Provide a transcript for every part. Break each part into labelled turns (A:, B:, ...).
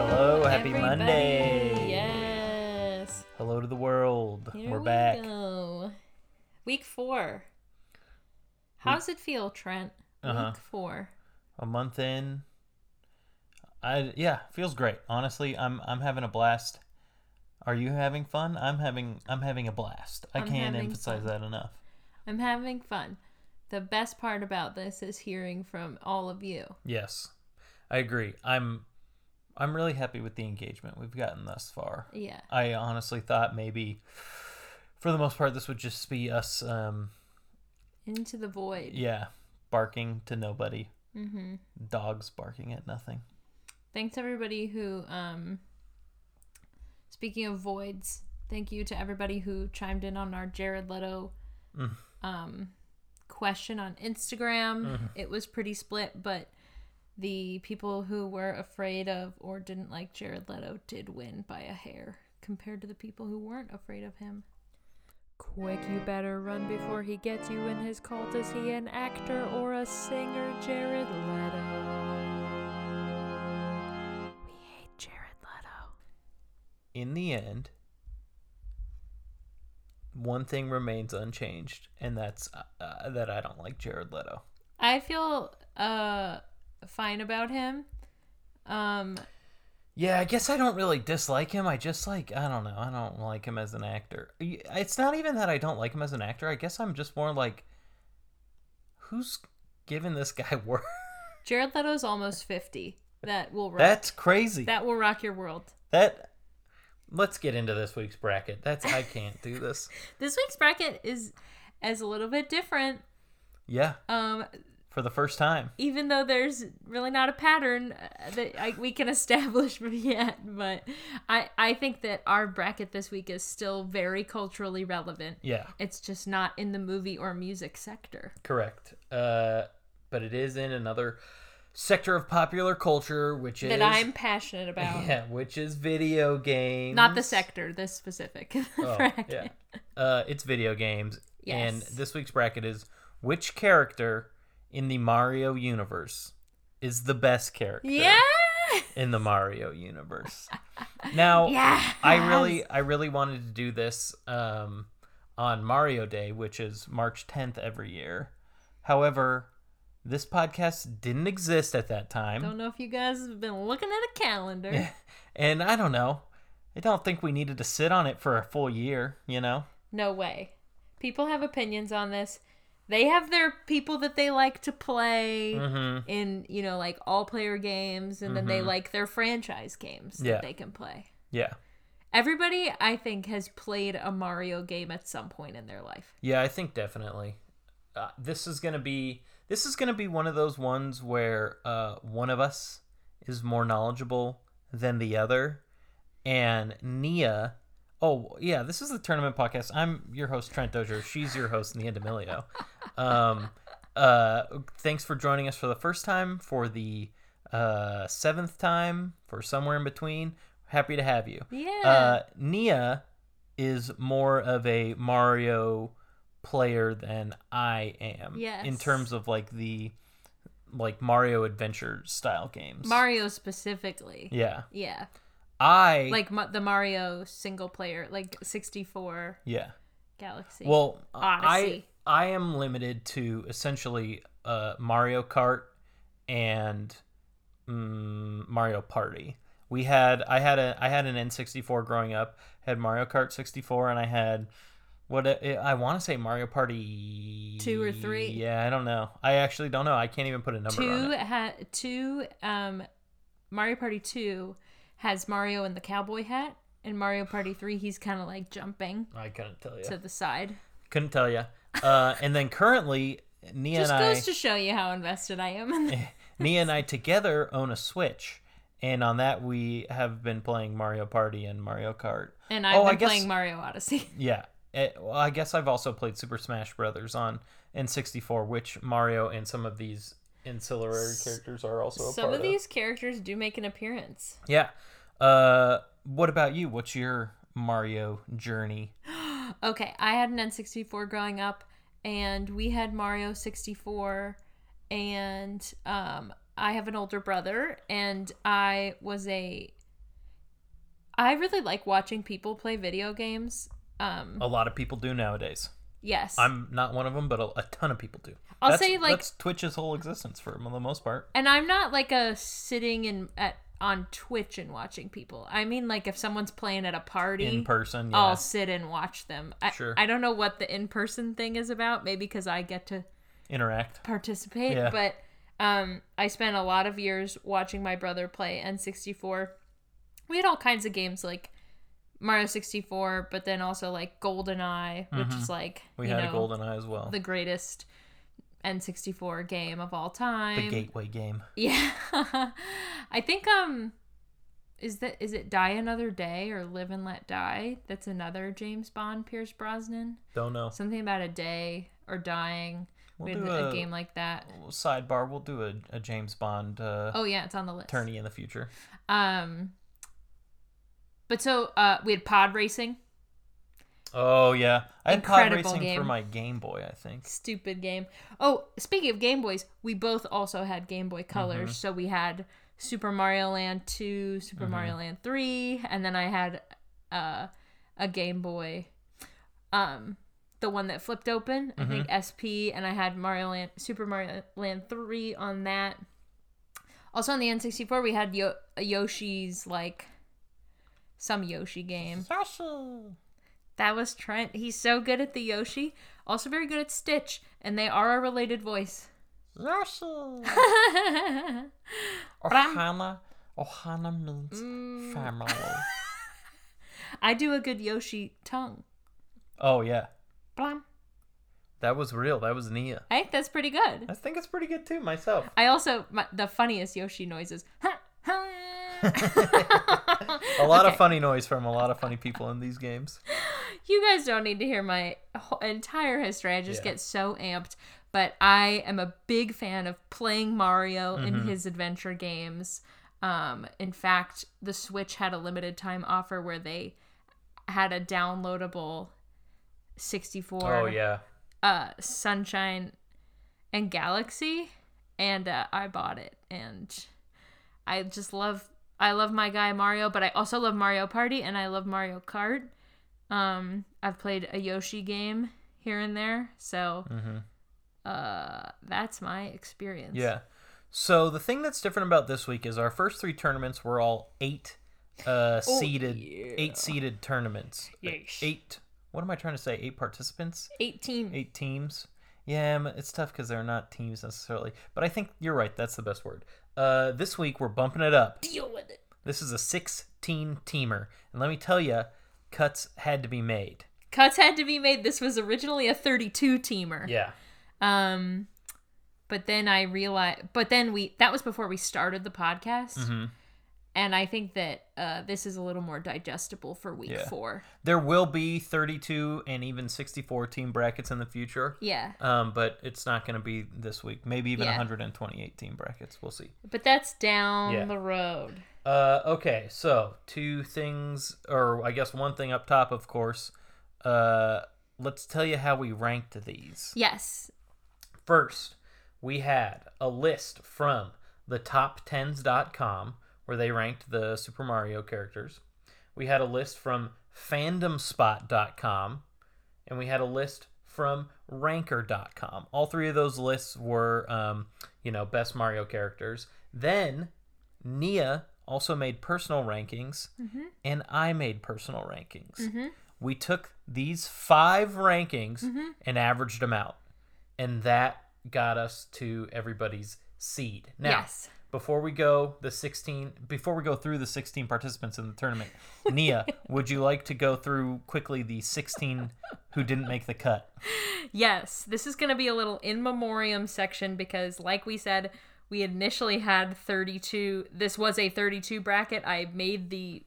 A: Happy Monday.
B: Yes.
A: Hello to the world.
B: Here
A: We're
B: we
A: back.
B: go. Week four. How's it feel, Trent?
A: Uh-huh.
B: Week four.
A: A month in. I yeah, feels great. Honestly, I'm I'm having a blast. Are you having fun? I'm having I'm having a blast. I
B: I'm
A: can't
B: having
A: emphasize
B: fun.
A: that enough.
B: I'm having fun. The best part about this is hearing from all of you.
A: Yes. I agree. I'm I'm really happy with the engagement we've gotten thus far.
B: Yeah.
A: I honestly thought maybe for the most part this would just be us um
B: Into the void.
A: yeah, barking to nobody.
B: Mm-hmm.
A: Dogs barking at nothing.
B: Thanks everybody who um speaking of voids, thank you to everybody who chimed in on our Jared Leto
A: Mm.
B: um question on Instagram. It was pretty split, but the people who were afraid of or didn't like Jared Leto did win by a hair compared to the people who weren't afraid of him. Quick, you better run before he gets you in his cult. Is he an actor or a singer, Jared Leto? We hate Jared Leto.
A: in the end, one thing remains unchanged, and that's uh, that I don't like Jared Leto.
B: I feel uh fine about him. Um,
A: Yeah, I guess I don't really dislike him. I just like I don't know. I don't like him as an actor. Y- It's not even that I don't like him as an actor. I guess I'm just more like, who's giving this guy work?
B: Jared Leto's almost fifty. That will rock.
A: That's crazy.
B: that will rock your world.
A: That. Let's get into this week's bracket. That's I can't do this.
B: This week's bracket is is a little bit different.
A: Yeah,
B: Um,
A: for the first time.
B: even though there's really not a pattern uh, that I, we can establish yet, but I I think that our bracket this week is still very culturally relevant.
A: Yeah.
B: It's just not in the movie or music sector.
A: Correct. Uh, but it is in another sector of popular culture, which is
B: That I'm passionate about.
A: yeah, which is video games.
B: Not the sector, this specific
A: Oh,
B: bracket.
A: yeah. Uh, it's video games. And
B: Yes.
A: this week's bracket is which character in the Mario universe is the best character
B: Yeah.
A: in the Mario universe. now,
B: Yes.
A: I really, I really wanted to do this um, on Mario Day, which is March 10th every year. However, this podcast didn't exist at that time,
B: don't know if you guys have been looking at a calendar.
A: and I don't know. I don't think we needed to sit on it for a full year. You know?
B: No way. People have opinions on this. They have their people that they like to play
A: Mm-hmm.
B: in, you know, like all player games, and then they like their franchise games
A: Yeah.
B: that they can play.
A: Yeah,
B: Everybody, I think, has played a Mario game at some point in their life.
A: yeah. I think definitely. Uh, this is gonna be this is gonna be one of those ones where uh, one of us is more knowledgeable than the other, and Nia. Oh yeah, this is the tournament podcast. I'm your host Trent Dozier. She's your host Nia D'Amelio. Um, uh, thanks for joining us for the first time, for the uh, seventh time, for somewhere in between. Happy to have you.
B: Yeah.
A: Uh, Nia is more of a Mario player than I am. In
B: Yes.
A: terms of like the like Mario adventure style games.
B: Mario specifically.
A: Yeah.
B: Yeah.
A: I
B: Like ma- the Mario single player, like 64
A: yeah.
B: Galaxy.
A: Well, I
B: Odyssey.
A: I am limited to essentially uh, Mario Kart and mm, Mario Party. We had I had a I had an N64 growing up. Had Mario Kart 64 and I had what I, I want to say Mario Party
B: Two or three.
A: Yeah, I don't know. I actually don't know. I can't even put a number on
B: two
A: it.
B: ha- two um mario party 2 has mario in the cowboy hat and mario party 3 he's kind of like jumping
A: I couldn't tell you.
B: to the side
A: couldn't tell you. Uh, and then currently Nia
B: just
A: and I
B: goes to show you how invested i am in the-
A: Nia and I together own a Switch, and on that we have been playing Mario Party and Mario Kart.
B: and i've
A: Oh, I
B: been
A: guess-
B: playing mario odyssey
A: Yeah. Eh, well, I guess I've also played Super Smash Brothers on N64, which Mario and some of these ancillary characters are also a
B: some
A: part
B: of these characters do make an appearance
A: Yeah. Uh, what about you? What's your Mario journey?
B: okay i had an n64 growing up and we had mario 64 and um i have an older brother and i was a I really like watching people play video games. Um,
A: A lot of people do nowadays.
B: yes.
A: Oh, I'm not one of them, but a, a ton of people do.
B: I'll
A: That's-
B: say, like-
A: that's Twitch's whole existence for the most part.
B: and I'm not like a sitting in at on Twitch and watching people. I mean, like if someone's playing at a party,
A: In person, yeah.
B: I'll sit and watch them. I,
A: Sure.
B: I don't know what the in person thing is about. Maybe because I get to
A: Interact.
B: participate,
A: Yeah.
B: but um, I spent a lot of years watching my brother play N64. We had all kinds of games like Mario 64, but then also like GoldenEye, which is like
A: Mm-hmm. We
B: you
A: had
B: know,
A: a golden eye as well.
B: the greatest N64 game of all
A: The
B: time.
A: gateway game.
B: Yeah. I think um is that is it Die Another Day or Live and Let Die? That's another James Bond Pierce Brosnan.
A: Don't know.
B: Something about a day or dying.
A: We'll
B: we had
A: do
B: a,
A: a-
B: game like that.
A: Sidebar, we'll do a, a James Bond uh,
B: Oh yeah, it's on the list.
A: tourney in the future.
B: Um But so uh we had pod racing.
A: Oh, yeah. I had pod
B: Incredible
A: racing for
B: game.
A: my Game Boy, I think.
B: Stupid game. Oh, speaking of Game Boys, we both also had Game Boy Colors. So we had Super Mario Land 2, Super Mario Land 3, and then I had uh, a Game Boy, um, the one that flipped open, I think SP, and I had Mario Land, Super Mario Land 3 on that. Also on the N64, we had Yo- Yoshi's, like, some Yoshi game.
A: Special.
B: That was Trent. He's so good at the Yoshi, also very good at Stitch, and they are a related voice.
A: Special.
B: I
A: Ohana. Ohana means
B: Mm.
A: family.
B: do a good Yoshi tongue.
A: oh, yeah.
B: Blam.
A: That was real. That was Nia.
B: I think that's pretty good.
A: I think it's pretty good, too, myself.
B: I also my, the funniest Yoshi noises.
A: A lot of funny noise from a lot of funny people in these games.
B: You guys don't need to hear my whole entire history. I just
A: Yeah.
B: get so amped. But I am a big fan of playing Mario
A: Mm-hmm.
B: in his adventure games. Um, in fact, the Switch had a limited time offer where they had a downloadable 64
A: Oh, yeah.
B: uh, Sunshine and Galaxy, and uh, I bought it. And I just love I love my guy Mario, but I also love Mario Party and I love Mario Kart. Um, I've played a Yoshi game here and there, so
A: Mm-hmm.
B: uh, that's my experience.
A: Yeah. So the thing that's different about this week is our first three tournaments were all eight uh seeded
B: Oh, yeah.
A: eight seeded tournaments.
B: Yeesh.
A: Eight what am I trying to say? Eight participants?
B: eighteen.
A: Eight teams? Yeah, m- it's tough because they're not teams necessarily. But I think you're right, that's the best word. Uh this week we're bumping it up.
B: Deal with it.
A: This is a sixteen teamer. And let me tell you, cuts had to be made.
B: Cuts had to be made. This was originally a thirty-two teamer.
A: Yeah.
B: Um, but then I realized, but then we, that was before we started the podcast.
A: Mm-hmm.
B: And I think that uh, this is a little more digestible for week
A: Yeah.
B: four.
A: There will be thirty two and even sixty four team brackets in the future.
B: Yeah.
A: Um, but it's not going to be this week. Maybe even
B: Yeah.
A: 128 team brackets. We'll see.
B: But that's down
A: Yeah.
B: the road.
A: Uh, okay, so two things, or I guess one thing up top, of course. Uh, let's tell you how we ranked these.
B: Yes.
A: First, we had a list from the top10s.com where they ranked the Super Mario characters. We had a list from fandomspot.com and we had a list from ranker.com. All three of those lists were, um, you know, best Mario characters. Then Nia also made personal rankings and I made personal rankings. We took these five rankings and averaged them out and that got us to everybody's seed. Now,
B: Yes.
A: before we go the 16 before we go through the 16 participants in the tournament, Nia, would you like to go through quickly the 16 who didn't make the cut?
B: Yes. This is going to be a little in memoriam section because, like we said, we initially had 32. This was a 32 bracket. I made the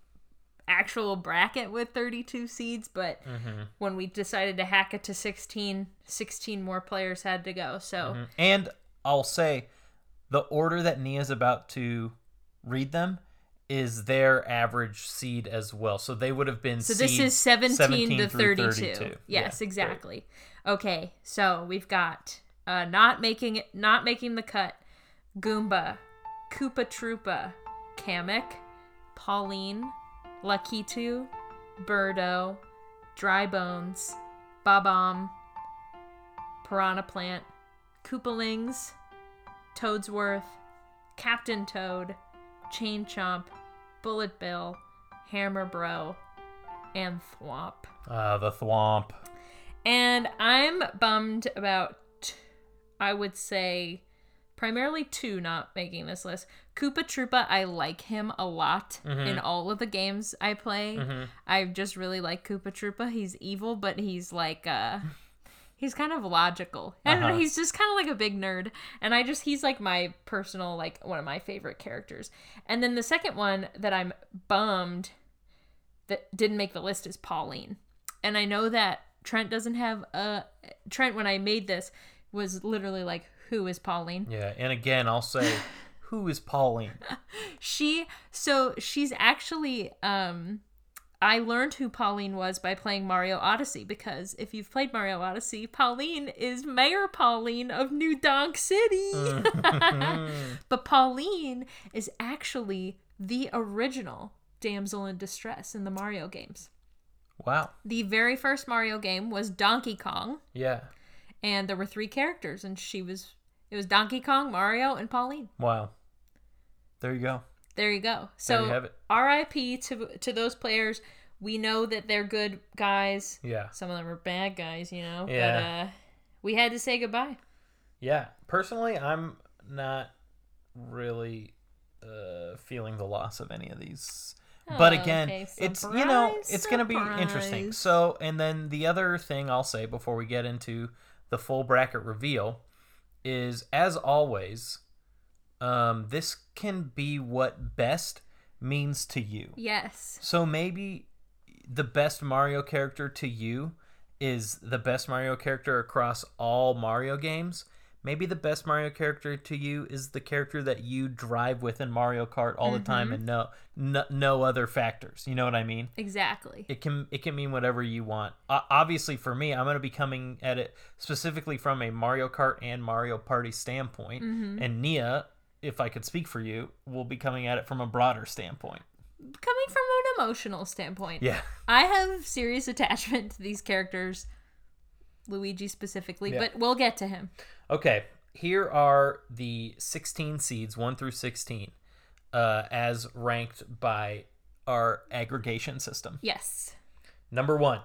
B: actual bracket with 32 seeds, but
A: Hmm.
B: when we decided to hack it to 16, 16 more players had to go. So,
A: And I'll say the order that Nia's about to read them is their average seed as well. So they would have been
B: so this is 17, to 32. Yes,
A: exactly.
B: exactly. Okay. So, we've got uh not making it not making the cut. Goomba, Koopa Troopa, Kamek, Pauline, Lakitu, Birdo, Dry Bones, Babam, Piranha Plant, Koopalings, Toadsworth, Captain Toad, Chain Chomp, Bullet Bill, Hammer Bro, and Thwomp.
A: Uh, the Thwomp.
B: And I'm bummed about, I would say, primarily two not making this list. Koopa Troopa, I like him a lot in all of the games I play. I just really like Koopa Troopa. He's evil, but he's like, uh, he's kind of logical. I don't know.
A: Uh-huh.
B: He's just kind of like a big nerd. And I just, he's like my personal, like one of my favorite characters. And then the second one that I'm bummed that didn't make the list is Pauline. And I know that Trent doesn't have a Trent when I made this was literally like who is Pauline?
A: Yeah, and again, I'll say, who is Pauline?
B: She so she's actually um I learned who Pauline was by playing Mario Odyssey because if you've played Mario Odyssey, Pauline is Mayor Pauline of New Donk City. but Pauline is actually the original damsel in distress in the Mario games.
A: wow.
B: The very first Mario game was Donkey Kong,
A: Yeah.
B: and there were three characters, and she was it was Donkey Kong, Mario, and Pauline.
A: Wow. There you go.
B: There you go.
A: There
B: So
A: you have it.
B: R.I.P. to to those players. We know that they're good guys.
A: Yeah.
B: Some of them are bad guys, you know.
A: Yeah.
B: But uh, we had to say goodbye.
A: Yeah. Personally, I'm not really uh, feeling the loss of any of these. But
B: Oh,
A: again,
B: okay.
A: it's you know,
B: Surprise,
A: it's going to be interesting.
B: surprise.
A: So, and then the other thing I'll say before we get into the full bracket reveal is as always, um, this can be what best means to you.
B: Yes.
A: So maybe the best Mario character to you is the best Mario character across all Mario games. Maybe the best Mario character to you is the character that you drive with in Mario Kart all the time and no, no no other factors. You know what I mean?
B: Exactly.
A: It can it can mean whatever you want. O- obviously for me, I'm going to be coming at it specifically from a Mario Kart and Mario Party standpoint
B: Mm-hmm.
A: and Nia, if I could speak for you, will be coming at it from a broader standpoint.
B: Coming from an emotional standpoint.
A: Yeah.
B: I have serious attachment to these characters, Luigi specifically,
A: Yeah.
B: but we'll get to him.
A: Okay, here are the 16 seeds, 1 through 16, uh, as ranked by our aggregation system.
B: Yes.
A: Number one,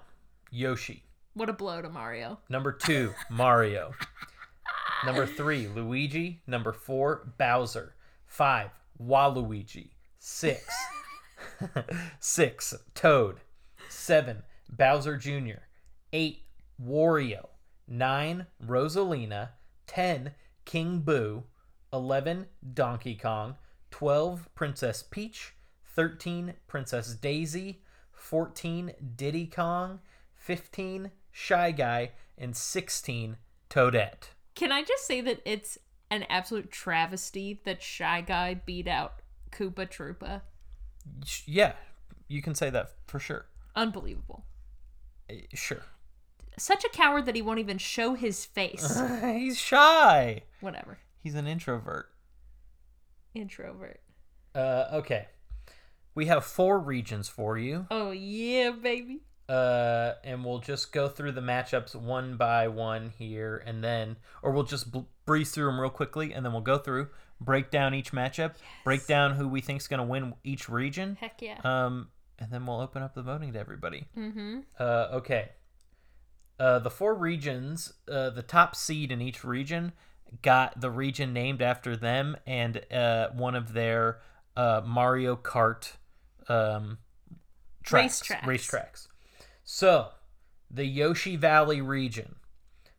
A: Yoshi.
B: What a blow to Mario.
A: Number two, Mario. Number three, Luigi. Number four, Bowser. Five, Waluigi. Six, six, Toad. Seven, Bowser Jr. Eight, Wario. Nine, Rosalina. Ten, King Boo. Eleven, Donkey Kong. Twelve, Princess Peach. Thirteen, Princess Daisy. 14 Diddy Kong, 15 Shy Guy, and 16 Toadette.
B: Can I just say that it's an absolute travesty that Shy Guy beat out Koopa Troopa?
A: Sh- Yeah, you can say that for sure.
B: Unbelievable.
A: Eh, Sure.
B: Such a coward that he won't even show his
A: Uh-huh.
B: face.
A: He's shy.
B: Whatever.
A: He's an introvert.
B: Introvert.
A: Uh, okay. We have four regions for you,
B: Oh, yeah, baby.
A: uh, and we'll just go through the matchups one by one here, and then, or we'll just bl- breeze through them real quickly, and then we'll go through, break down each matchup, break down who we think's going to win each region,
B: Heck yeah.
A: Um, and then we'll open up the voting to everybody.
B: mm-hmm.
A: Uh, okay. Uh, the four regions, uh, the top seed in each region got the region named after them and uh, one of their uh, Mario Kart um, tracks,
B: Racetracks.
A: racetracks. So, the Yoshi Valley region.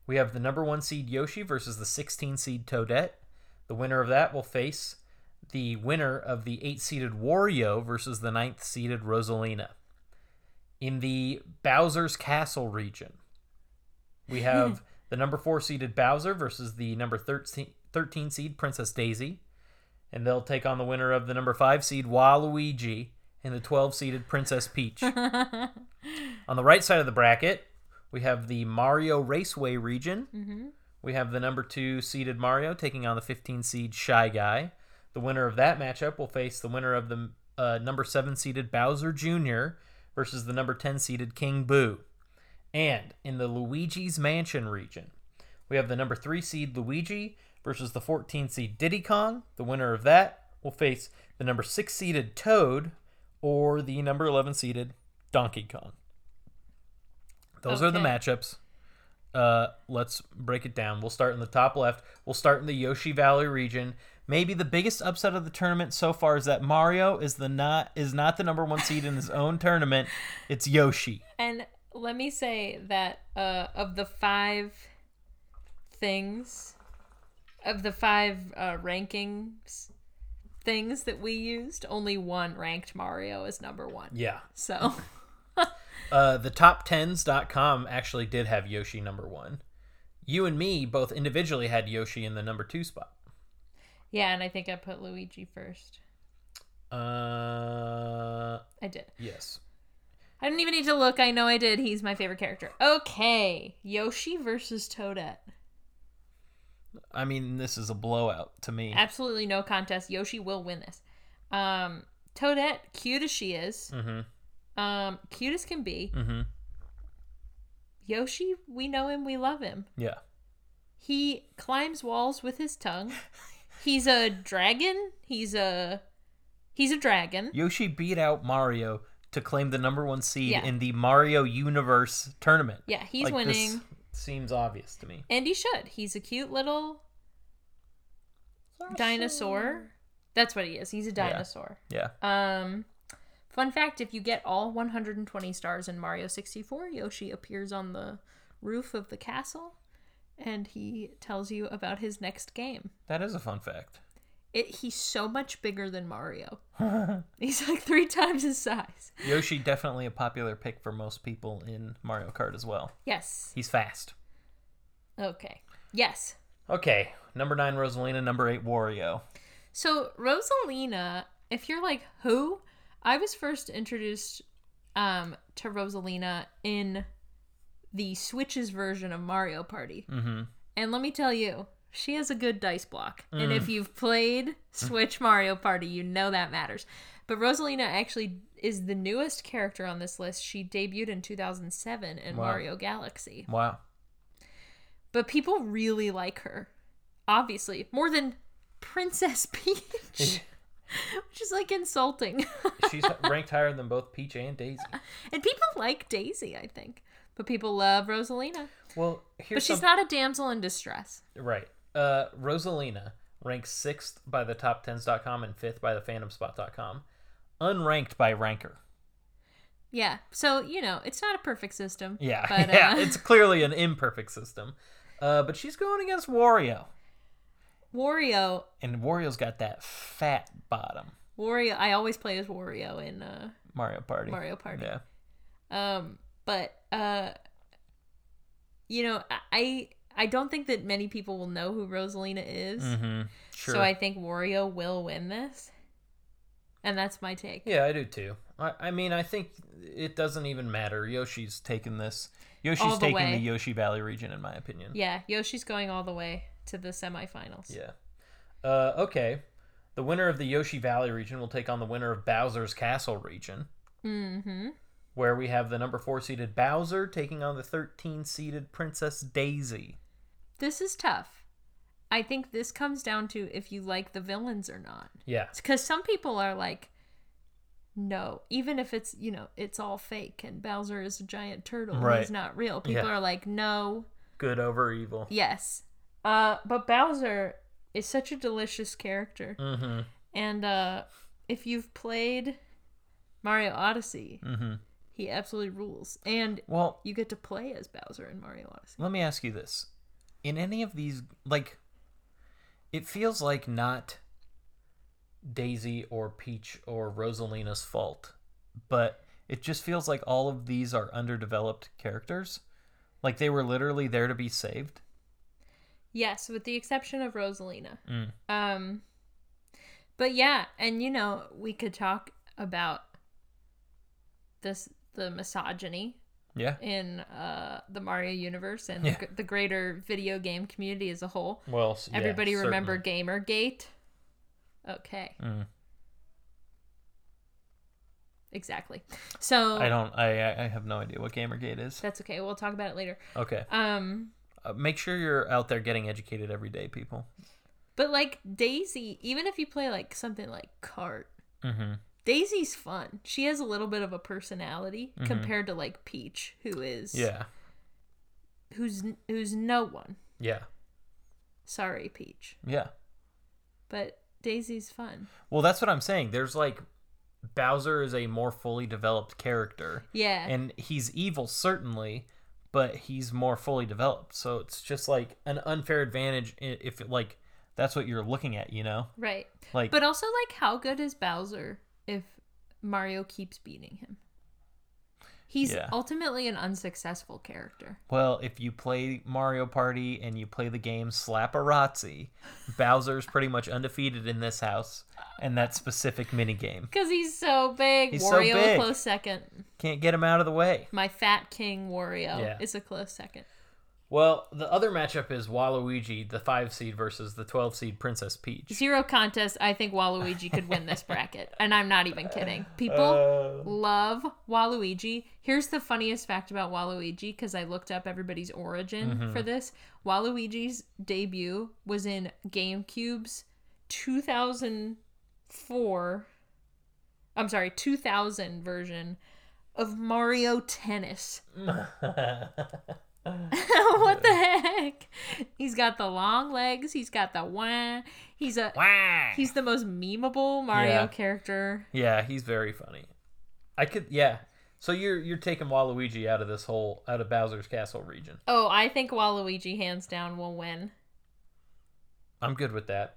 A: We have the number one seed Yoshi versus the 16 seed Toadette. The winner of that will face the winner of the eight seeded Wario versus the ninth seeded Rosalina. In the Bowser's Castle region, we have the number four seeded Bowser versus the number 13, 13 seed Princess Daisy. And they'll take on the winner of the number five seed Waluigi and the 12 seeded Princess Peach. on the right side of the bracket, we have the Mario Raceway region. We have the number two seeded Mario taking on the 15 seed Shy Guy. The winner of that matchup will face the winner of the uh, number seven seeded Bowser Jr. versus the number 10 seeded King Boo. And in the Luigi's Mansion region, we have the number three seed Luigi versus the 14 seed Diddy Kong. The winner of that will face the number six seeded Toad or the number 11 seeded Donkey Kong. Those are the
B: Okay.
A: matchups. Uh, let's break it down. We'll start in the top left. We'll start in the Yoshi Valley region. Maybe the biggest upset of the tournament so far is that Mario is the not is not the number one seed in his own tournament. It's Yoshi.
B: And let me say that uh, of the five things, of the five uh, rankings things that we used, only one ranked Mario as number one.
A: Yeah.
B: So
A: Uh, the top10s.com actually did have Yoshi number one. You and me both individually had Yoshi in the number two spot.
B: yeah, and I think I put Luigi first.
A: Uh,
B: I did.
A: yes.
B: I didn't even need to look. I know I did. He's my favorite character. Okay, Yoshi versus Toadette.
A: I mean, this is a blowout to me.
B: Absolutely no contest. Yoshi will win this. Um, Toadette, cute as she is,
A: Mm
B: um, cute as can be.
A: hmm. Mm hmm.
B: Yoshi, we know him, we love him.
A: Yeah.
B: He climbs walls with his tongue. He's a dragon. He's a he's a dragon.
A: Yoshi beat out Mario to claim the number one seed
B: Yeah.
A: in the Mario Universe tournament.
B: Yeah, he's
A: Like, this
B: winning,
A: seems obvious to me.
B: and he should. He's a cute little dinosaur. That's what he is. He's a
A: Oh, Yeah.
B: dinosaur.
A: Yeah.
B: Um, fun fact: if you get all 120 stars in Mario 64, Yoshi appears on the roof of the castle, and he tells you about his next game.
A: That is a fun fact.
B: It he's so much bigger than Mario. He's like three times his size.
A: Yoshi definitely a popular pick for most people in Mario Kart as well.
B: Yes.
A: He's fast.
B: Okay. Yes.
A: Okay, number nine Rosalina, number eight Wario.
B: So Rosalina, if you're like who, I was first introduced um to Rosalina in the Switch's version of Mario Party.
A: Mm-hmm.
B: And let me tell you, she has a good dice block. And
A: Mm.
B: if you've played Switch Mario Party, you know that matters. But Rosalina actually is the newest character on this list. She debuted in 2007 in
A: Wow.
B: Mario Galaxy.
A: Wow.
B: But people really like her, obviously, more than Princess Peach, which is like insulting.
A: She's ranked higher than both Peach and Daisy.
B: and people like Daisy, I think. But people love Rosalina.
A: Well,
B: But
A: here's
B: she's
A: some-
B: not a damsel in distress.
A: right. Uh, Rosalina ranked sixth by the top10s.com and fifth by the phantomspot.com, unranked by Ranker.
B: Yeah. So, you know, it's not a perfect system.
A: Yeah,
B: But,
A: yeah,
B: uh,
A: it's clearly an imperfect system. Uh, but she's going against Wario,
B: Wario
A: and Wario's got that fat bottom.
B: Wario. I always play as Wario in uh,
A: Mario Party.
B: Mario Party.
A: Yeah.
B: Um, but uh, you know, I I don't think that many people will know who Rosalina is,
A: Mm-hmm. Sure.
B: so I think Wario will win this, and that's my take.
A: Yeah, I do too. I, I mean, I think it doesn't even matter. Yoshi's taking this. Yoshi's
B: All the
A: taking
B: way.
A: the Yoshi Valley region, in my opinion.
B: Yeah, Yoshi's going all the way to the semifinals.
A: Yeah. Uh, okay. The winner of the Yoshi Valley region will take on the winner of Bowser's Castle region,
B: Mm-hmm.
A: where we have the number four seeded Bowser taking on the 13 seeded Princess Daisy.
B: This is tough. I think this comes down to if you like the villains or not.
A: Yeah.
B: because some people are like no even if it's you know it's all fake and bowser is a giant turtle and
A: Right.
B: he's not real people
A: Yeah.
B: are like no
A: Good over evil.
B: yes uh but bowser is such a delicious character
A: Mm
B: and uh if you've played mario odyssey
A: hmm. Mm hmm.
B: he absolutely rules and
A: Well,
B: you get to play as bowser in mario odyssey
A: let me ask you this. In any of these, like, it feels like not Daisy or Peach or Rosalina's fault, but it just feels like all of these are underdeveloped characters. Like, they were literally there to be saved.
B: yes with the exception of rosalina
A: Mm.
B: Um but yeah, and you know, we could talk about this the misogyny
A: Yeah.
B: in uh the Mario universe and
A: Yeah.
B: the, the greater video game community as a whole.
A: Well,
B: Everybody remember Gamergate? Okay.
A: Mm.
B: exactly. So
A: I don't. I I- I have no idea what Gamergate is.
B: that's okay. We'll talk about it later.
A: Okay.
B: Um,
A: Uh, make sure you're out there getting educated every day, people.
B: but like Daisy, even if you play like something like Cart,
A: Mm-hmm.
B: Daisy's fun. She has a little bit of a personality compared to like Peach, who is
A: Mm-hmm. Yeah.
B: who's who's no one.
A: Yeah.
B: Sorry, Peach,
A: Yeah.
B: but Daisy's fun.
A: Well, that's what I'm saying. There's like Bowser is a more fully developed character,
B: Yeah,
A: and he's evil certainly, but he's more fully developed. So it's just like an unfair advantage i- if like that's what you're looking at, you know?
B: right.
A: Like
B: But uh, also, like, how good is Bowser if Mario keeps beating him? He's
A: Yeah.
B: ultimately an unsuccessful character.
A: Well, if you play Mario Party and you play the game Slaparazzi, Bowser's pretty much undefeated in this house and that specific minigame.
B: Because he's so big.
A: He's so
B: Wario, a
A: big.
B: close second.
A: Can't get him out of the way.
B: My Fat King Wario
A: Yeah.
B: is a close second.
A: Well, the other matchup is Waluigi, the 5 seed, versus the 12 seed Princess Peach.
B: Zero contest. I think Waluigi could win this bracket. And I'm not even kidding. People
A: Uh,
B: love Waluigi. Here's the funniest fact about Waluigi because I looked up everybody's origin for this. Waluigi's debut was in GameCube's 2004, I'm sorry, 2000 version of Mario Tennis. what the heck? He's got the long legs. He's got the wah. He's a
A: Wah!
B: he's the most memeable Mario
A: Yeah.
B: character.
A: Yeah, he's very funny. I could yeah. So you're you're taking Waluigi out of this whole out of Bowser's Castle region.
B: Oh, I think Waluigi hands down will win.
A: I'm good with that.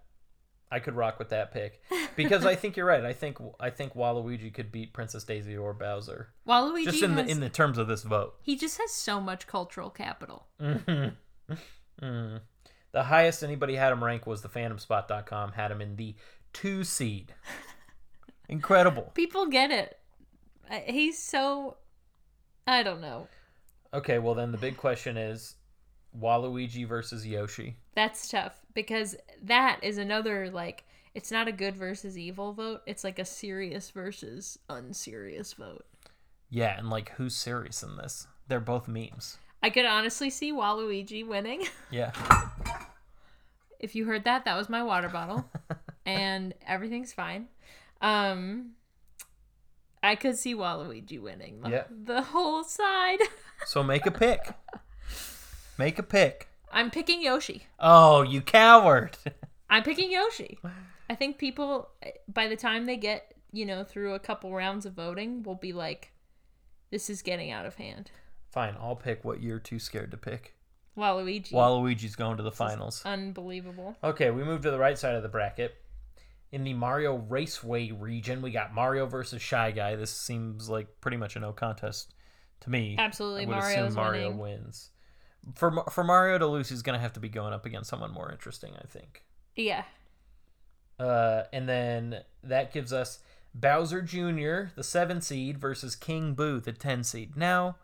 A: I could rock with that pick because I think you're right. I think I think Waluigi could beat Princess Daisy or Bowser.
B: Waluigi
A: Just in
B: has,
A: the in the terms of this vote.
B: he just has so much cultural capital.
A: Mhm. mm. The highest anybody had him rank was the phantomspot.com had him in the 2 seed. Incredible.
B: People get it. Uh, He's so I don't know.
A: Okay, well then the big question is Waluigi versus Yoshi.
B: That's tough because that is another like it's not a good versus evil vote. It's like a serious versus unserious vote.
A: Yeah, and like who's serious in this? They're both memes.
B: I could honestly see Waluigi winning.
A: Yeah.
B: if you heard that, that was my water bottle, and everything's fine. Um, I could see Waluigi winning the,
A: Yeah.
B: the whole side.
A: So make a pick. Make a pick.
B: I'm picking Yoshi.
A: Oh, you coward.
B: I'm picking Yoshi. I think people, by the time they get you know through a couple rounds of voting, will be like, "This is getting out of hand."
A: Fine, I'll pick what you're too scared to pick.
B: Waluigi,
A: Waluigi's going to the finals.
B: unbelievable.
A: Okay, we move to the right side of the bracket. In the Mario Raceway region, we got Mario versus Shy Guy. This seems like pretty much a no contest to me.
B: Absolutely,
A: I would
B: Mario's
A: assume Mario
B: winning.
A: wins. For Ma- for Mario to lose, he's gonna have to be going up against someone more interesting, I think.
B: Yeah,
A: Uh, and then that gives us Bowser Jr., the seven seed, versus King Boo, the ten seed. Now,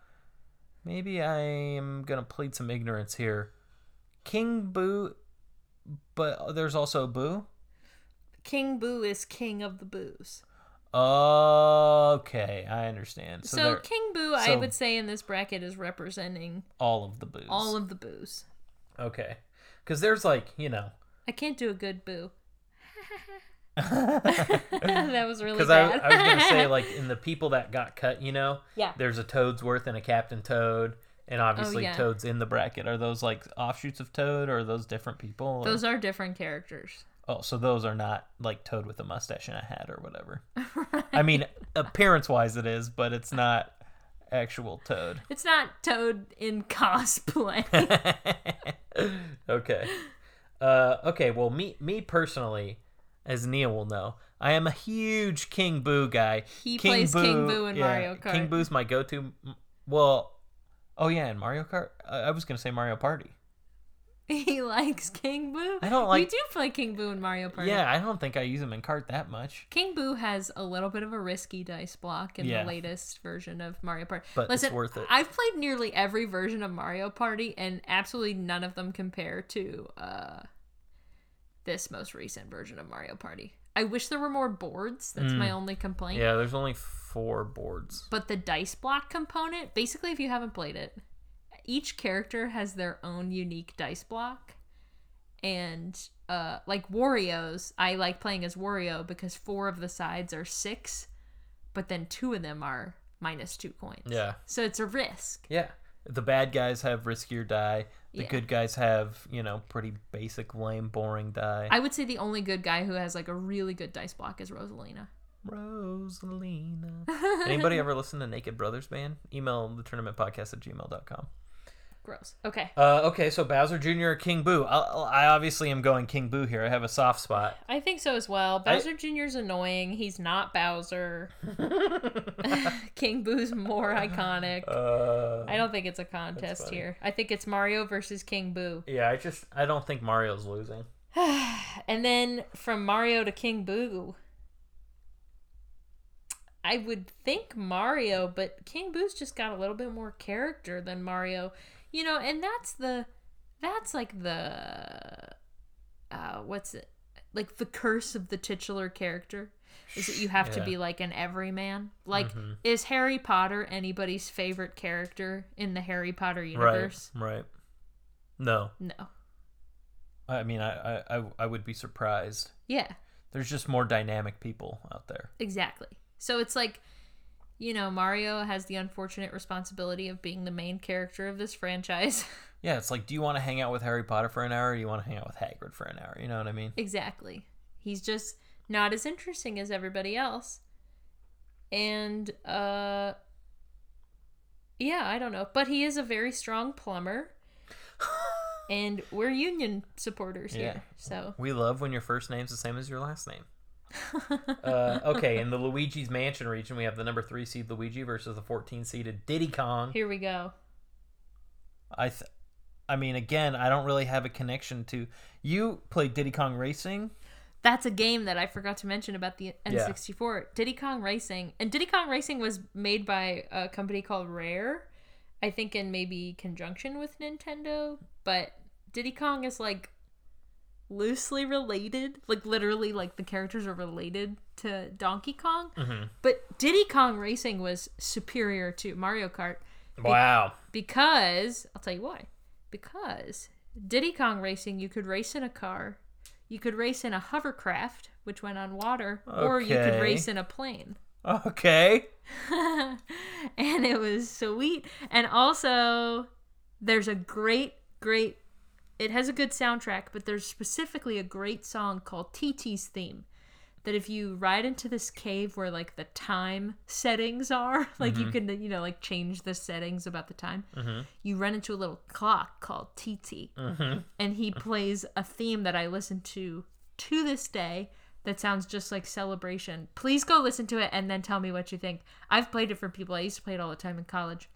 A: maybe I am gonna plead some ignorance here. King Boo, but there's also Boo.
B: King Boo is king of the boos.
A: Okay, I understand. So,
B: So,
A: they're
B: King Boo, I
A: so-
B: would say in this bracket is representing
A: all of the boos.
B: all of the boos.
A: okay, because there's like you know
B: I can't do a good boo. that was really
A: because
B: bad.
A: I, I was gonna say like in the people that got cut, you know,
B: Yeah. Oh,
A: there's a Toadsworth and a Captain Toad, and obviously
B: yeah.
A: Toad's in the bracket. Are those like offshoots of Toad, or are those different people? or-
B: Those are different characters.
A: oh, so those are not like Toad with a mustache and a hat or whatever. I mean, appearance wise, it is, but it's not actual Toad.
B: It's not Toad in cosplay.
A: okay. Uh, okay. Well, me me personally, as Nia will know, I am a huge King Boo guy.
B: He plays King Boo in Mario Kart.
A: King Boo's my go-to. m- Well, oh yeah, in Mario Kart. I I was gonna say Mario Party.
B: he likes King Boo.
A: I don't like-
B: You do play King Boo in Mario Party.
A: Yeah, I don't think I use him in kart that much.
B: King Boo has a little bit of a risky dice block in
A: Yeah.
B: the latest version of Mario Party.
A: But it's
B: Listen,
A: worth it.
B: I've played nearly every version of Mario Party, and absolutely none of them compare to uh, this most recent version of Mario Party. I wish there were more boards. That's my only complaint.
A: Mm. Yeah, there's only four boards.
B: But the dice block component, basically, if you haven't played it, each character has their own unique dice block. And uh, like Wario's, I like playing as Wario because four of the sides are six, but then two of them are minus two coins.
A: Yeah.
B: So it's a risk.
A: Yeah. The bad guys have riskier die. The
B: Yeah.
A: good guys have, you know, pretty basic, lame, boring die.
B: I would say the only good guy who has like a really good dice block is Rosalina.
A: Rosalina. Anybody ever listen to Naked Brothers Band? Email the tournament podcast at gmail.com.
B: Gross. Okay.
A: Uh, okay, so Bowser Jr. or King Boo? I, I obviously am going King Boo here. I have a soft spot.
B: I think so as well.
A: I-
B: Bowser Jr.'s annoying. He's not Bowser. King Boo's more iconic.
A: Uh,
B: I don't think it's a contest
A: funny.
B: here. I think it's Mario versus King Boo.
A: yeah, I just I don't think Mario's losing.
B: And then from Mario to King Boo, I would think Mario, but King Boo's just got a little bit more character than Mario. You know, and that's the that's like the uh what's it? Like the curse of the titular character is that you have to
A: Yeah. Mm-hmm.
B: be like an everyman. Like is Harry Potter anybody's favorite character in the Harry Potter universe?
A: Right, right. No,
B: No.
A: I mean I, I I- I would be surprised.
B: Yeah.
A: There's just more dynamic people out there.
B: Exactly. So it's like, you know, Mario has the unfortunate responsibility of being the main character of this franchise.
A: Yeah, it's like, do you want to hang out with Harry Potter for an hour, or do you want to hang out with Hagrid for an hour? You know what I mean?
B: exactly. He's just not as interesting as everybody else. And uh yeah, I don't know, but he is a very strong plumber. and we're union supporters
A: Yeah.
B: here. So,
A: We love when your first name's the same as your last name. uh, okay, in the Luigi's Mansion region, we have the number three seed Luigi versus the 14 seeded Diddy Kong.
B: here we go.
A: I, th- I mean, again, I don't really have a connection to. You played Diddy Kong Racing.
B: That's a game that I forgot to mention about the N64. Diddy Kong Racing. And Diddy Kong Racing was made by a company called Rare, I think in maybe conjunction with Nintendo, but Diddy Kong is like loosely related, like literally like the characters are related to Donkey Kong, but Diddy Kong Racing was superior to Mario Kart
A: Wow.
B: because I'll tell you why. Because Diddy Kong Racing, you could race in a car, you could race in a hovercraft, which went on water, or you could
A: Okay.
B: race in a plane.
A: Okay.
B: and it was sweet. And also, there's a great, great. It has a good soundtrack, but there's specifically a great song called TT's theme. That if you ride into this cave where like the time settings are, like you can you know like change the settings about the time, you run into a little clock called TT, and he plays a theme that I listen to to this day that sounds just like celebration. Please go listen to it and then tell me what you think. I've played it for people. I used to play it all the time in college.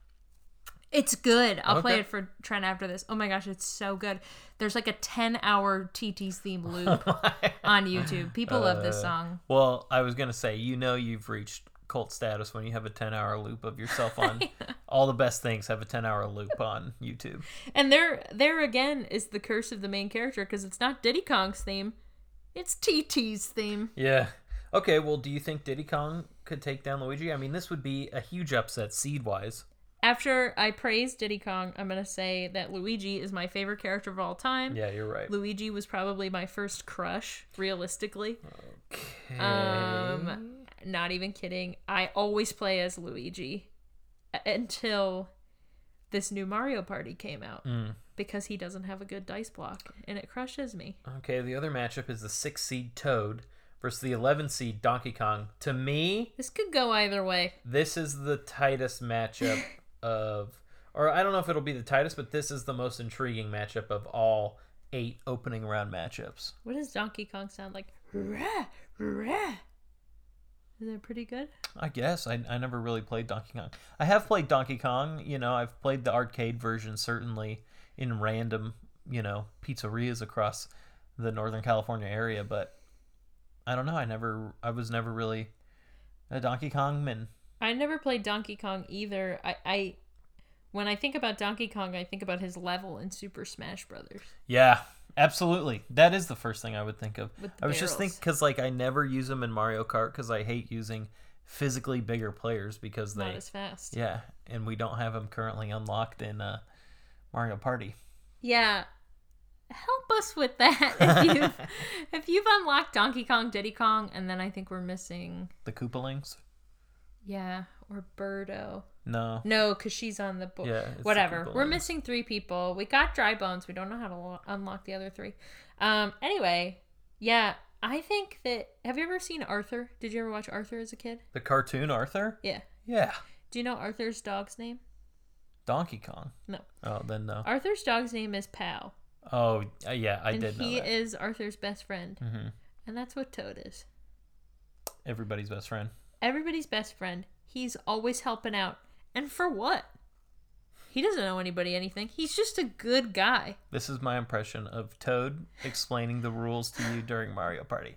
B: It's good. I'll play
A: Okay.
B: it for Trent after this. Oh my gosh, it's so good. There's like a 10 hour TT's theme loop on YouTube. People love this song.
A: Well, I was gonna say, you know, you've reached cult status when you have a 10 hour loop of yourself on. All the best things have a 10 hour loop on YouTube.
B: And there there again is the curse of the main character because it's not Diddy Kong's theme. It's TT's theme.
A: Yeah. Okay, well, do you think Diddy Kong could take down Luigi? I mean, this would be a huge upset seed wise.
B: After I praise Diddy Kong, I'm going to say that Luigi is my favorite character of all time.
A: Yeah, you're right.
B: Luigi was probably my first crush, realistically.
A: Okay.
B: Um, not even kidding. I always play as Luigi until this new Mario Party came out because he doesn't have a good dice block and it crushes me.
A: okay, the other matchup is the six seed Toad versus the 11 seed Donkey Kong. To me,
B: This could go either way.
A: this is the tightest matchup of, or I don't know if it'll be the tightest, but this is the most intriguing matchup of all eight opening round matchups.
B: What does Donkey Kong sound like? Rah, rah. Is that pretty good?
A: I guess I, I never really played Donkey Kong. I have played Donkey Kong. You know, I've played the arcade version certainly in random you know pizzerias across the Northern California area, but I don't know. I never I was never really a Donkey Kong man.
B: I never played Donkey Kong either. I, I when I think about Donkey Kong, I think about his level in Super Smash Brothers.
A: Yeah, absolutely. That is the first thing I would think of.
B: With the
A: I was just
B: barrels.
A: thinking because like I never use them in Mario Kart because I hate using physically bigger players because
B: Not
A: they
B: as fast.
A: yeah, and we don't have them currently unlocked in uh, Mario Party.
B: Yeah. Help us with that if you've, if you've unlocked Donkey Kong, Diddy Kong, and then I think we're missing,
A: The Koopalings?
B: yeah, or Birdo.
A: No.
B: No, because she's on the board.
A: Yeah, it's the
B: Whatever.
A: people
B: We're
A: on it.
B: missing three people. We got dry bones. We don't know how to lo- unlock the other three. Um. Anyway, yeah. I think that. Have you ever seen Arthur? Did you ever watch Arthur as a kid?
A: The cartoon Arthur?
B: Yeah.
A: Yeah.
B: Do you know Arthur's dog's name?
A: Donkey Kong.
B: No.
A: Oh, then no.
B: Arthur's dog's name is Pal,
A: Oh, uh, yeah, I
B: and
A: did know
B: he
A: that.
B: is Arthur's best friend,
A: hmm
B: and that's what Toad is.
A: Everybody's best friend.
B: Everybody's best friend. He's always helping out, and for what? He doesn't owe anybody anything. He's just a good guy.
A: This is my impression of Toad explaining the rules to you during Mario Party.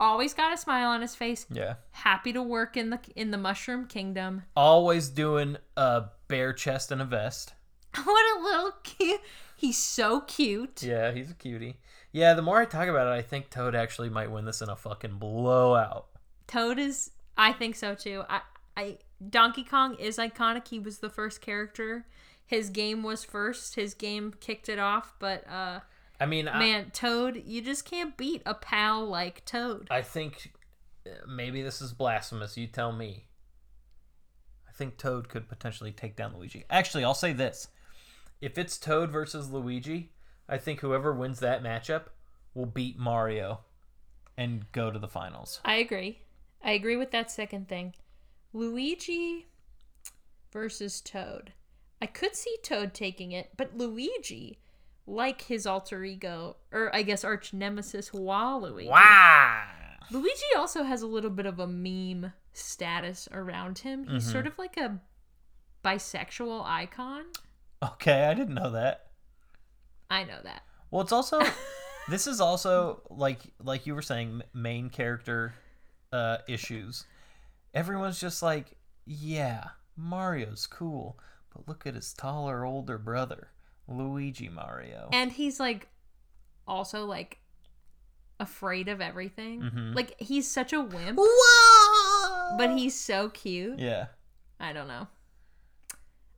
B: Always got a smile on his face.
A: Yeah.
B: happy to work in the in the mushroom kingdom.
A: Always doing a bare chest and a vest.
B: What a little cute. He's so cute.
A: Yeah, he's a cutie. Yeah, the more I talk about it, I think Toad actually might win this in a fucking blowout.
B: Toad is I think so too. I I Donkey Kong is iconic. He was the first character. His game was first. His game kicked it off, but uh
A: I mean, I,
B: man, Toad, you just can't beat a pal like Toad.
A: I think uh, maybe this is blasphemous. You tell me. I think Toad could potentially take down Luigi. Actually, I'll say this. If it's Toad versus Luigi, I think whoever wins that matchup will beat Mario and go to the finals.
B: I agree. I agree with that second thing. Luigi versus Toad. I could see Toad taking it, but Luigi, like his alter ego, or I guess arch nemesis Waluigi.
A: Wow.
B: Luigi also has a little bit of a meme status around him. He's sort of like a bisexual icon.
A: Okay, I didn't know that.
B: I know that.
A: Well, it's also this is also like like you were saying m- main character uh issues. Everyone's just like, yeah, Mario's cool, but look at his taller older brother, Luigi Mario.
B: And he's like also like afraid of everything.
A: Mhm.
B: Like he's such a wimp.
A: Whoa!
B: But he's so cute.
A: yeah.
B: I don't know.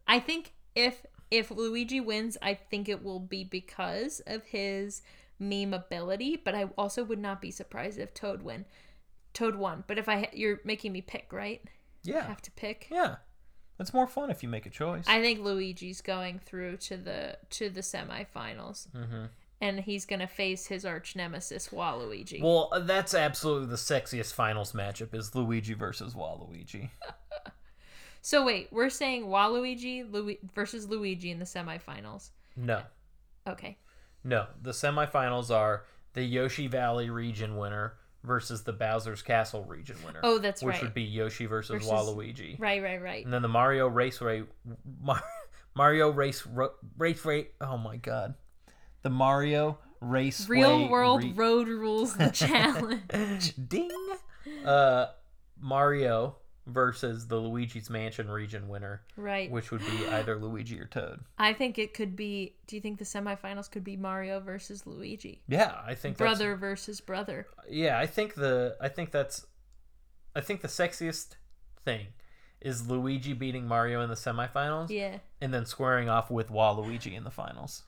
B: I think if if Luigi wins, I think it will be because of his meme ability, but I also would not be surprised if Toad win. Toad won. But if I ha- you're making me pick, right? I
A: Yeah.
B: have to pick.
A: Yeah. It's more fun if you make a choice.
B: I think Luigi's going through to the to the semifinals
A: Mhm.
B: and he's going to face his arch nemesis Waluigi.
A: Well, that's absolutely the sexiest finals matchup is Luigi versus Waluigi.
B: so wait, we're saying Waluigi Lu- versus Luigi in the semifinals.
A: No.
B: Okay.
A: No, the semifinals are the Yoshi Valley region winner versus the Bowser's Castle region winner.
B: Oh, that's
A: which
B: right.
A: would be Yoshi versus,
B: Versus-
A: Waluigi.
B: Right, right, right.
A: And then the Mario Race Ray, Mar- Mario Race Ro- Race Ray. Oh my God, the Mario Race
B: Real
A: Way
B: world
A: Re-
B: road rules the challenge.
A: Ding. Uh, Mario versus the Luigi's Mansion region winner,
B: right.
A: which would be either Luigi or Toad.
B: I think it could be. Do you think the semifinals could be Mario versus Luigi?
A: Yeah, I think that's
B: Brother versus brother.
A: yeah i think the i think that's i think the sexiest thing is luigi beating mario in the semifinals
B: Yeah.
A: and then squaring off with waluigi in the finals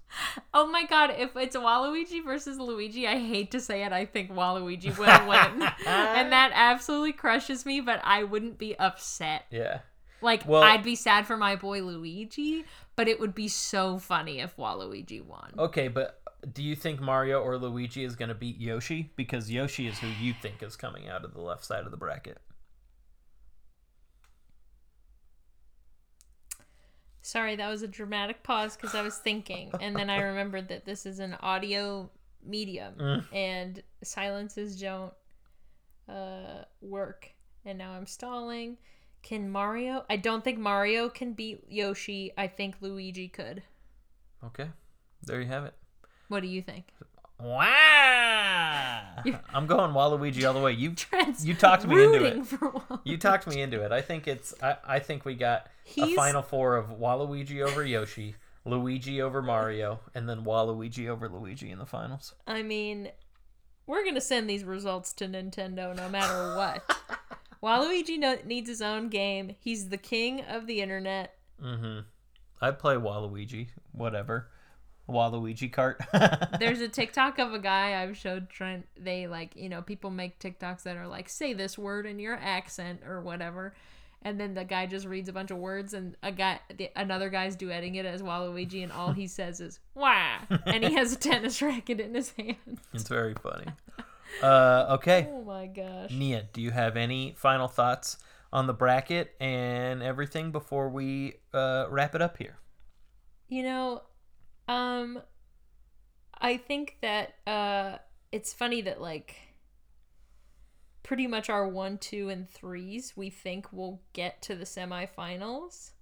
B: Oh my god, if it's Waluigi versus Luigi, I hate to say it, I think Waluigi will win. and that absolutely crushes me, but I wouldn't be upset.
A: yeah
B: Like,
A: Well-
B: I'd be sad for my boy Luigi, but it would be so funny if Waluigi won.
A: okay but do you think mario or luigi is going to beat yoshi because yoshi is who you think is coming out of the left side of the bracket
B: Sorry, that was a dramatic pause because I was thinking, and then I remembered that this is an audio medium,
A: Mm.
B: and silences don't uh, work. And now I'm stalling. Can Mario? I don't think Mario can beat Yoshi. I think Luigi could.
A: okay there you have it
B: What do you think?
A: wow i'm going waluigi all the way you
B: Trans-
A: You talked me into it.
B: rooting For Waluigi.
A: you talked me into it i think it's i, I think we got
B: He's
A: a final four of Waluigi over Yoshi, Luigi over Mario, and then Waluigi over Luigi in the finals.
B: I mean, we're gonna send these results to Nintendo no matter what. Waluigi no- needs his own game. He's the king of the internet.
A: Mm-hmm. I'd play Waluigi, whatever. Waluigi cart.
B: There's a TikTok of a guy I've showed Trent. They like, you know, people make TikToks that are like, say this word in your accent or whatever. And then the guy just reads a bunch of words, and a guy, the, another guy's duetting it as Waluigi, and all he says is "wah," and he has a tennis racket in his hand.
A: it's very funny. Uh, okay,
B: Oh my gosh!
A: Nia, do you have any final thoughts on the bracket and everything before we uh, wrap it up here?
B: You know, um I think that uh it's funny that like pretty much our one, two, and threes we think will get to the semifinals.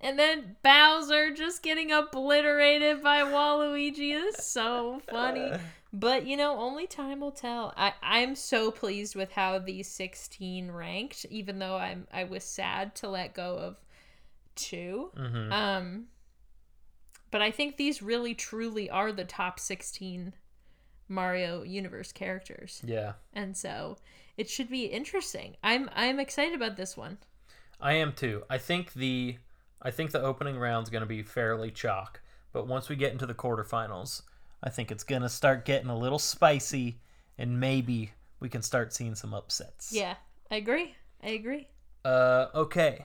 B: And then Bowser just getting obliterated by Waluigi is so funny. But you know, only time will tell. I, I'm so pleased with how these 16 ranked, even though I'm I was sad to let go of two.
A: Mm-hmm.
B: Um, but I think these really truly are the top 16 Mario universe characters.
A: Yeah,
B: And so it should be interesting. I'm I'm excited about this one.
A: I am too. I think the I think the opening round's going to be fairly chalk, but once we get into the quarterfinals, I think it's going to start getting a little spicy, and maybe we can start seeing some upsets.
B: Yeah, I agree. I agree.
A: Uh, okay.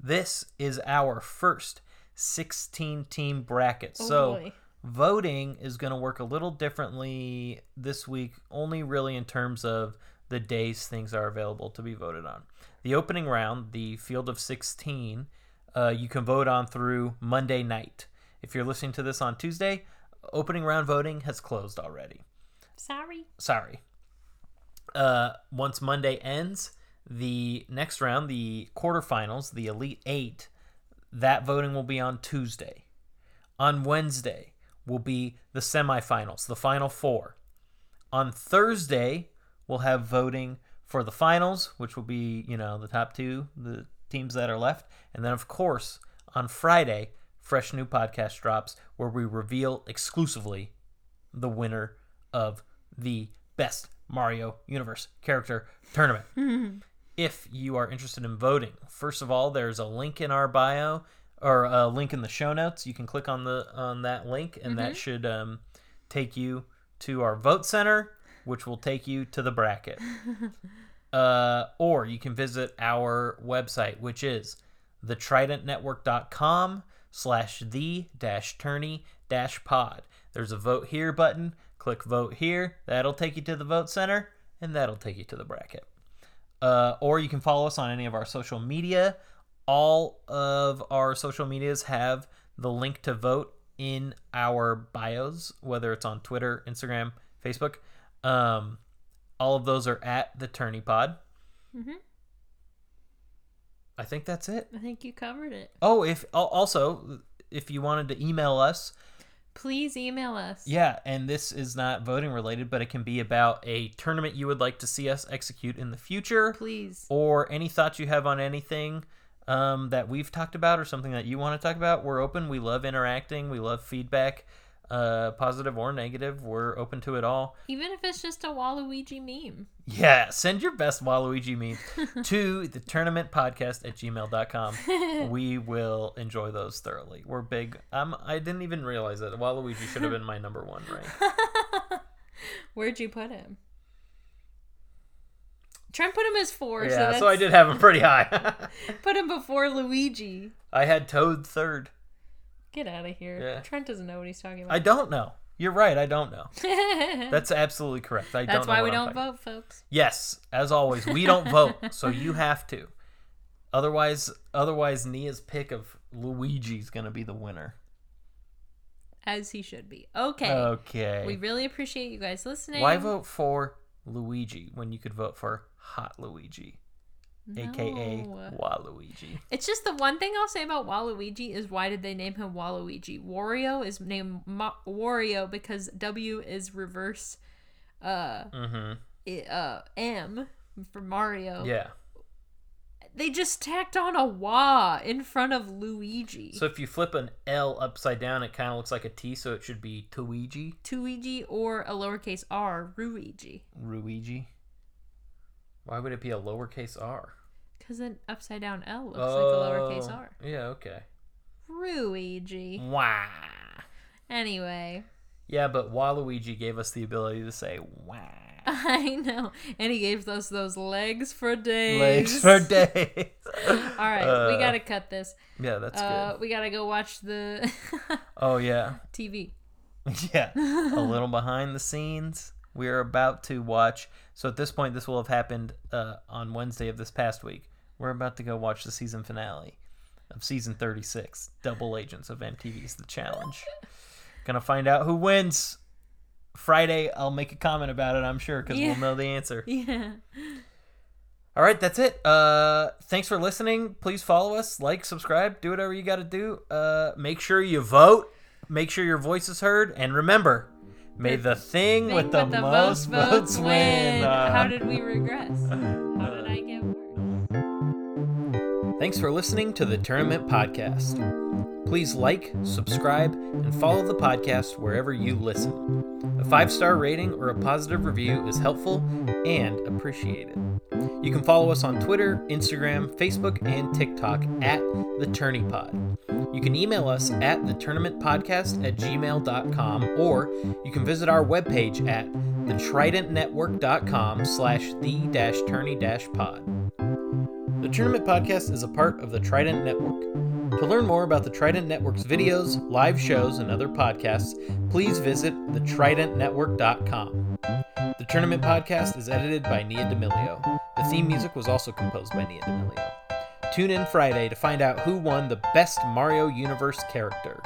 A: This is our first 16 team bracket.
B: Oh
A: so
B: boy.
A: voting is going to work a little differently this week, only really in terms of the days things are available to be voted on. The opening round, the field of 16, uh, you can vote on through Monday night. If you're listening to this on Tuesday, opening round voting has closed already
B: Sorry.
A: sorry. Uh, once Monday ends, the next round, the quarterfinals, the Elite Eight, that voting will be on Tuesday. On Wednesday will be the semifinals, the final four. On Thursday, we'll have voting for the finals, which will be, you know, the top two, the teams that are left. And then, of course, on Friday, fresh new podcast drops where we reveal exclusively the winner of the best Mario Universe character tournament. if you are interested in voting, first of all, there's a link in our bio or a link in the show notes. You can click on the on that link, and that should um, take you to our vote center, which will take you to the bracket. uh, or you can visit our website, which is thetridentnetwork.com slash the dash tourney dash pod. There's a vote here button. Click vote here. That'll take you to the vote center, and that'll take you to the bracket. Uh, or you can follow us on any of our social media. All of our social medias have the link to vote in our bios, whether it's on Twitter, Instagram, Facebook. Um, all of those are at the Tourney Pod.
B: Mhm.
A: I think that's it.
B: I think you covered it.
A: Oh, if al- also if you wanted to email us,
B: Please email us.
A: yeah, and this is not voting related, but it can be about a tournament you would like to see us execute in the future,
B: Please.
A: or any thoughts you have on anything um, that we've talked about or something that you want to talk about. We're open. We love interacting. We love feedback, uh, positive or negative. We're open to it all.
B: Even if it's just a Waluigi meme.
A: Yeah, send your best Waluigi meme to the tournament podcast at gmail.com. We will enjoy those thoroughly. We're big. Um, I didn't even realize that Waluigi should have been my number one rank.
B: Where'd you put him? Trent put him as four. so,
A: Yeah,
B: that's,
A: so I did have him pretty high.
B: Put him before Luigi.
A: I had Toad third.
B: Get out of here.
A: Yeah.
B: Trent doesn't know what he's talking
A: I
B: about.
A: don't know. You're right. I don't know.
B: That's,
A: That's absolutely correct. I don't know.
B: why we
A: what I'm
B: don't
A: talking
B: vote, folks.
A: Yes, as always, we don't vote, so you have to. Otherwise, otherwise Nia's pick of Luigi's gonna be the winner.
B: As he should be. Okay.
A: Okay.
B: We really appreciate you guys listening.
A: Why vote for Luigi when you could vote for Hot Luigi, aka
B: No.
A: Waluigi?
B: It's just the one thing I'll say about Waluigi is why did they name him Waluigi? Wario is named Ma- Wario because W is reverse uh,
A: Mm-hmm.
B: i- uh M for Mario.
A: Yeah.
B: They just tacked on a wah in front of Luigi.
A: So if you flip an L upside down, it kind of looks like a T, so it should be Tuigi.
B: Tuigi E or a lowercase r, E Ruigi.
A: Ruigi. Why would it be a lowercase r?
B: Because an upside down L looks like a
A: Oh.
B: lowercase r.
A: Yeah, okay.
B: Ruigi.
A: Wah.
B: Anyway,
A: Yeah, but Waluigi gave us the ability to say wah.
B: I know. And he gave us those legs for days.
A: Legs for days. All
B: All right, we gotta cut this.
A: Yeah, that's
B: Uh,
A: good.
B: we gotta go watch the
A: Oh yeah,
B: TV.
A: yeah. a little behind the scenes. We are about to watch. So at this point, this will have happened uh, on Wednesday of this past week. We're about to go watch the season finale of season 36, Double Agents of MTV's The Challenge. Gonna find out who wins. Friday, I'll make a comment about it, I'm sure, because
B: Yeah.
A: we'll know the answer.
B: Yeah.
A: All right, that's it. Uh, thanks for listening. Please follow us, like, subscribe, do whatever you got to do. Uh, make sure you vote. Make sure your voice is heard, and remember, may the thing with the,
B: But
A: most votes win. Uh,
B: How did we regress? How did I get worse?
A: Thanks for listening to the Tournament Podcast. Please like, subscribe, and follow the podcast wherever you listen. A five star rating or a positive review is helpful and appreciated. You can follow us on Twitter, Instagram, Facebook, and TikTok at The Tourney Pod. You can email us at thetournamentpodcast at gmail.com or you can visit our webpage at thetridentnetwork.com slash the-tourney-pod. The Tournament Podcast is a part of the Trident Network. To learn more about the Trident Network's videos, live shows, and other podcasts, please visit thetridentnetwork.com. The Tournament Podcast is edited by Nia D'Amelio. The theme music was also composed by Nia D'Amelio. Tune in Friday to find out who won the Best Mario Universe character.